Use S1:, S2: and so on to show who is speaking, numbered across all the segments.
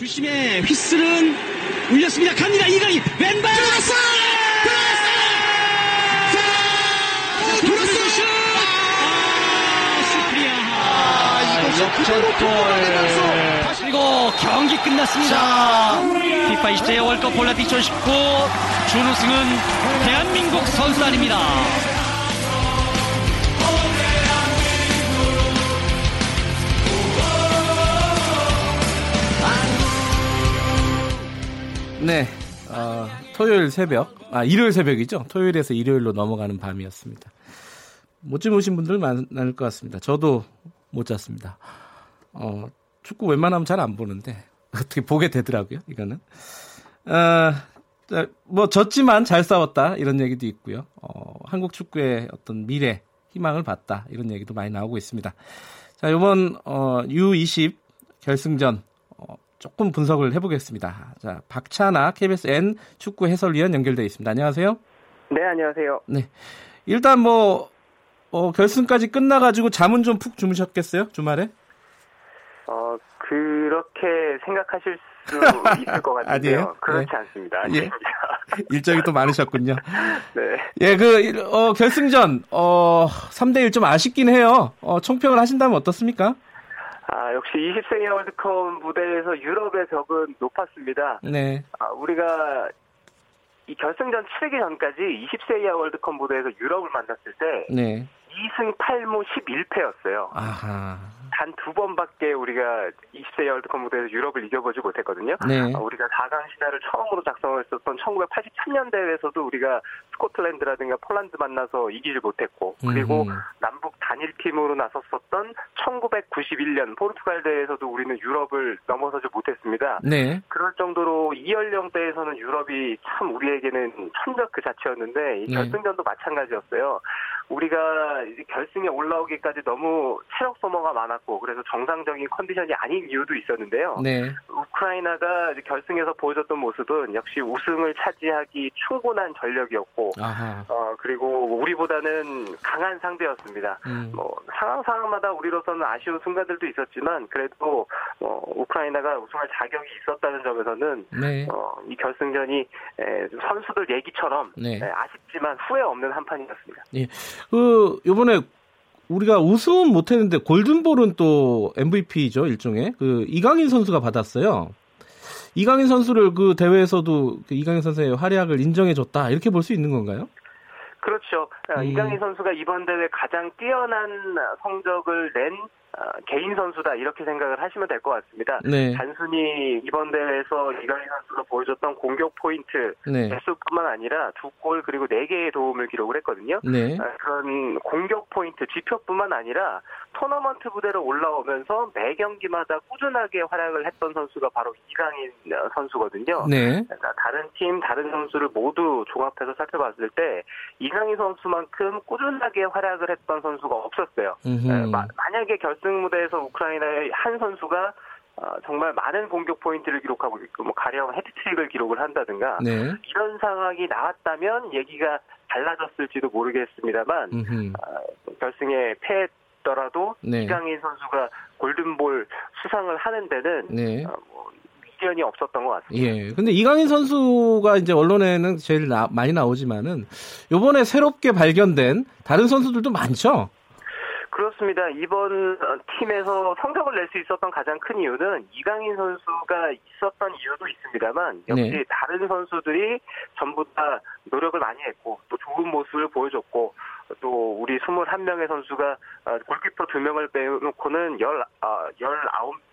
S1: 주심의 휘슬은 울렸습니다. 갑니다. 이강인 왼발
S2: 들어갔어! 들어갔어!
S1: 돌아서
S2: 들어갔어!
S1: 슛! 아, 슈프리아.
S2: 아, 이것이 그대로 통과되면서 다시
S1: 그리고 경기 끝났습니다. 피파 20대 월드컵 폴라 2019 준우승은 대한민국 선수 아닙니다.
S3: 네. 어, 토요일 새벽, 아, 일요일 새벽이죠. 토요일에서 일요일로 넘어가는 밤이었습니다. 못 주무신 분들 많을 것 같습니다. 저도 못 잤습니다. 어, 축구 웬만하면 잘 안 보는데, 어떻게 보게 되더라고요, 이거는. 어, 자, 뭐, 졌지만 잘 싸웠다, 이런 얘기도 있고요. 어, 한국 축구의 어떤 미래, 희망을 봤다, 이런 얘기도 많이 나오고 있습니다. 자, 요번, 어, U20 결승전, 어, 조금 분석을 해보겠습니다. 자, 박찬아 KBS N 축구 해설위원 연결돼 있습니다. 안녕하세요.
S4: 네, 안녕하세요.
S3: 네. 일단 뭐 어, 결승까지 끝나가지고 잠은 좀 푹 주무셨겠어요? 주말에?
S4: 어, 그렇게 생각하실 수 있을 것 같은데요.
S3: 아니에요?
S4: 그렇지
S3: 네.
S4: 않습니다.
S3: 예.
S4: 아닙니다.
S3: 일정이 또 많으셨군요.
S4: 네.
S3: 예, 그 일- 어, 결승전 어, 3대 1 좀 아쉽긴 해요. 어, 총평을 하신다면 어떻습니까?
S4: 아, 역시 20세기 월드컵 무대에서 유럽의 벽은 높았습니다.
S3: 네.
S4: 아, 우리가 이 결승전 치르기 전까지 20세 이하 월드컵 무대에서 유럽을 만났을 때
S3: 네.
S4: 2승 8무 11패였어요.
S3: 아하.
S4: 단 두 번밖에 우리가 20세 이하 월드컵 무대에서 유럽을 이겨보지 못했거든요.
S3: 네.
S4: 아, 우리가 4강 신화를 처음으로 작성했었던 1983년 대회에서도 우리가 스코틀랜드라든가 폴란드 만나서 이기지 못했고 그리고
S3: 음.
S4: 남북 단일팀으로 나섰었던 1991년 포르투갈 대회에서도 우리는 유럽을 넘어서지 못했습니다.
S3: 네.
S4: 그럴 정도로 이 연령대에서는 유럽이 참 우리에게는 천적 그 자체였는데 이
S3: 네.
S4: 결승전도 마찬가지였어요. 우리가 이제 결승에 올라오기까지 너무 체력 소모가 많았고 그래서 정상적인 컨디션이 아닌 이유도 있었는데요.
S3: 네.
S4: 우크라이나가 이제 결승에서 보여줬던 모습은 역시 우승을 차지하기 충분한 전력이었고,
S3: 아하.
S4: 어, 그리고 우리보다는 강한 상대였습니다.
S3: 음.
S4: 뭐, 상황 상황마다 우리로서는 아쉬운 순간들도 있었지만, 그래도, 어, 우크라이나가 우승할 자격이 있었다는 점에서는,
S3: 네.
S4: 어, 이 결승전이 에, 선수들 얘기처럼
S3: 네.
S4: 에, 아쉽지만 후회 없는 한 판이었습니다.
S3: 예. 그 요번에 우리가 우승은 못 했는데 골든볼은 또 MVP죠, 일종의. 그 이강인 선수가 받았어요. 이강인 선수를 그 대회에서도 그 이강인 선수의 활약을 인정해 줬다. 이렇게 볼 수 있는 건가요?
S4: 그렇죠. 어,
S3: 음.
S4: 이강인 선수가 이번 대회 가장 뛰어난 성적을 낸 어, 개인 선수다 이렇게 생각을 하시면 될 것 같습니다.
S3: 네.
S4: 단순히 이번 대회에서 이강인 선수가 보여줬던 공격 포인트
S3: 네.
S4: 개수뿐만 아니라 두 골 그리고 네 개의 도움을 기록을 했거든요.
S3: 네.
S4: 아, 그런 공격 포인트 지표뿐만 아니라 토너먼트 무대로 올라오면서 매 경기마다 꾸준하게 활약을 했던 선수가 바로 이강인 어, 선수거든요.
S3: 네.
S4: 그러니까 다른 팀, 다른 선수를 모두 종합해서 살펴봤을 때 이강인 선수만큼 꾸준하게 활약을 했던 선수가 없었어요. 에,
S3: 음흠.
S4: 마- 만약에 결승 무대에서 우크라이나의 한 선수가 어, 정말 많은 공격 포인트를 기록하고 있고 뭐 가령 헤드트릭을 기록을 한다든가
S3: 네.
S4: 이런 상황이 나왔다면 얘기가 달라졌을지도 모르겠습니다만
S3: 음흠.
S4: 결승에 패했더라도
S3: 네.
S4: 이강인 선수가 골든볼 수상을 하는 데는
S3: 네.
S4: 어, 뭐 미련이 없었던 것 같습니다.
S3: 예. 근데 이강인 선수가 이제 언론에는 제일 나- 많이 나오지만은 요번에 새롭게 발견된 다른 선수들도 많죠.
S4: 그렇습니다. 이번 어, 팀에서 성적을 낼 수 있었던 가장 큰 이유는 이강인 선수가 있었던 이유도 있습니다만 역시
S3: 네.
S4: 다른 선수들이 전부 다 노력을 많이 했고 또 좋은 모습을 보여줬고 또 우리 21명의 선수가 어, 골키퍼 2명을 빼놓고는 19,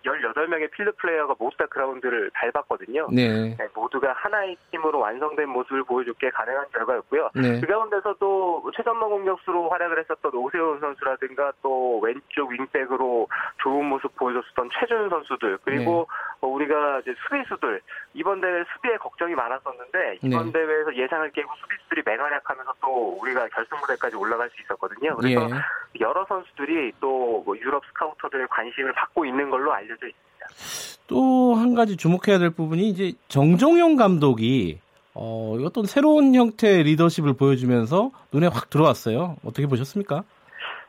S4: 18명의 필드 플레이어가 모두 다 그라운드를 밟았거든요.
S3: 네.
S4: 네, 모두가 하나의 팀으로 완성된 모습을 보여줬기에 가능한 결과였고요.
S3: 네.
S4: 그 가운데서도 최전방 공격수로 활약을 했었던 오세훈 선수라든가 또 왼쪽 윙백으로 좋은 모습 보여줬었던 최준 선수들 그리고
S3: 네.
S4: 어, 우리가 이제 수비수들 이번 대회 수비에 걱정이 많았었는데 이번
S3: 네.
S4: 대회에서 예상을 깨고 수비수들이 맹활약하면서 또 우리가 결승 무대까지 올라갈 수 있었거든요.
S3: 예.
S4: 그래서 여러 선수들이 또뭐 유럽 스카우터들의 관심을 받고 있는 걸로 알려져 있습니다.
S3: 또 한 가지 주목해야 될 부분이 이제 정종용 감독이 어, 어떤 새로운 형태의 리더십을 보여주면서 눈에 확 들어왔어요. 어떻게 보셨습니까?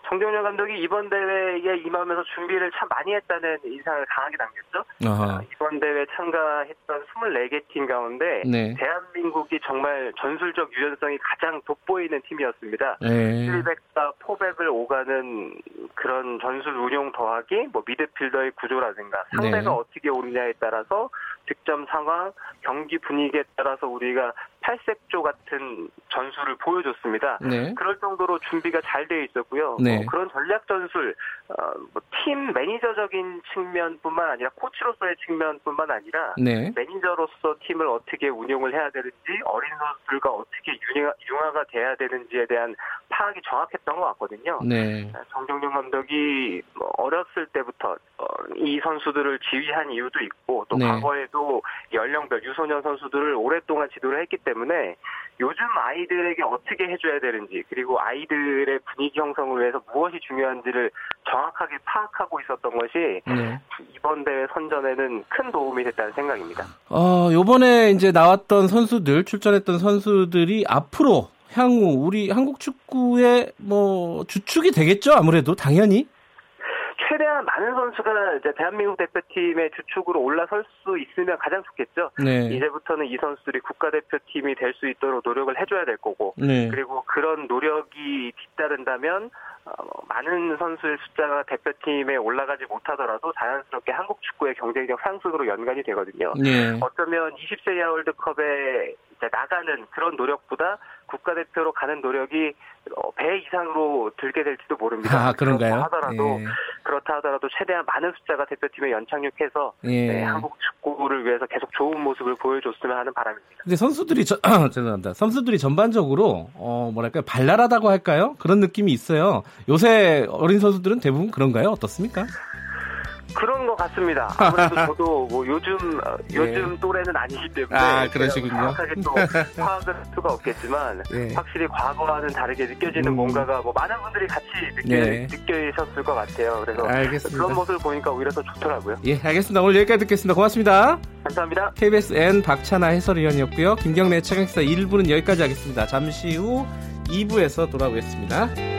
S4: 정경련 감독이 이번 대회에 임하면서 준비를 참 많이 했다는 인상을 강하게 남겼죠.
S3: 아하.
S4: 이번 대회 참가했던 24개 팀 가운데
S3: 네.
S4: 대한민국이 정말 전술적 유연성이 가장 돋보이는 팀이었습니다.
S3: 네.
S4: 실백과 포백을 오가는 그런 전술 운용 더하기 뭐 미드필더의 구조라든가 상대가
S3: 네.
S4: 어떻게 오느냐에 따라서 득점 상황, 경기 분위기에 따라서 우리가 팔색조 같은 전술을 보여줬습니다.
S3: 네.
S4: 그럴 정도로 준비가 잘 돼 있었고요.
S3: 네.
S4: 어, 그런 전략 전술, 어, 뭐팀 매니저적인 측면뿐만 아니라 코치로서의 측면뿐만 아니라
S3: 네.
S4: 매니저로서 팀을 어떻게 운영을 해야 되는지 어린 선수들과 어떻게 융화, 융화가 돼야 되는지에 대한 파악이 정확했던 것 같거든요.
S3: 네.
S4: 정경준 감독이 뭐 어렸을 때부터 어, 이 선수들을 지휘한 이유도 있고 또
S3: 네.
S4: 과거에도 연령별 유소년 선수들을 오랫동안 지도를 했기 때문에 요즘 아이들에게 어떻게 해줘야 되는지 그리고 아이들의 분위기 형성을 위해서 무엇이 중요한지를 정확하게 파악하고 있었던 것이
S3: 네.
S4: 이번 대회 선전에는 큰 도움이 됐다는 생각입니다.
S3: 어, 요번에 이제 나왔던 선수들, 출전했던 선수들이 앞으로 향후 우리 한국 축구의 뭐 주축이 되겠죠? 아무래도 당연히.
S4: 최대한 많은 선수가 이제 대한민국 대표팀의 주축으로 올라설 수 있으면 가장 좋겠죠.
S3: 네.
S4: 이제부터는 이 선수들이 국가대표팀이 될 수 있도록 노력을 해줘야 될 거고
S3: 네.
S4: 그리고 그런 노력이 뒤따른다면 어, 많은 선수의 숫자가 대표팀에 올라가지 못하더라도 자연스럽게 한국 축구의 경쟁력 상승으로 연관이 되거든요.
S3: 네.
S4: 어쩌면 20세 이하 월드컵에 이제 나가는 그런 노력보다 국가대표로 가는 노력이 어, 배 이상으로 들게 될지도 모릅니다.
S3: 아, 그런가요? 네.
S4: 그렇다 하더라도 그렇다 하더라도 최대한 많은 숫자가 대표팀에 연착륙해서
S3: 예. 예.
S4: 네, 한국 축구를 위해서 계속 좋은 모습을 보여줬으면 하는 바람입니다.
S3: 근데 선수들이 저, 죄송합니다. 선수들이 전반적으로 어 뭐랄까요 발랄하다고 할까요? 그런 느낌이 있어요. 요새 어린 선수들은 대부분 그런가요? 어떻습니까?
S4: 그런 것 같습니다. 아무래도 저도 뭐 요즘 어, 요즘 또래는 아니기 때문에
S3: 예. 아, 그러시군요.
S4: 정확하게 또 파악을 할 수가 없겠지만
S3: 네.
S4: 확실히 과거와는 다르게 느껴지는
S3: 음.
S4: 뭔가가 뭐 많은 분들이 같이
S3: 네.
S4: 느끼, 느끼셨을 것 같아요. 그래서 그런
S3: 알겠습니다.
S4: 모습을 보니까 오히려 더 좋더라고요.
S3: 예, 알겠습니다. 오늘 여기까지 듣겠습니다. 고맙습니다.
S4: 감사합니다.
S3: KBSN 박찬아 해설위원이었고요. 김경래 최강사 1부는 여기까지 하겠습니다. 잠시 후 2부에서 돌아오겠습니다.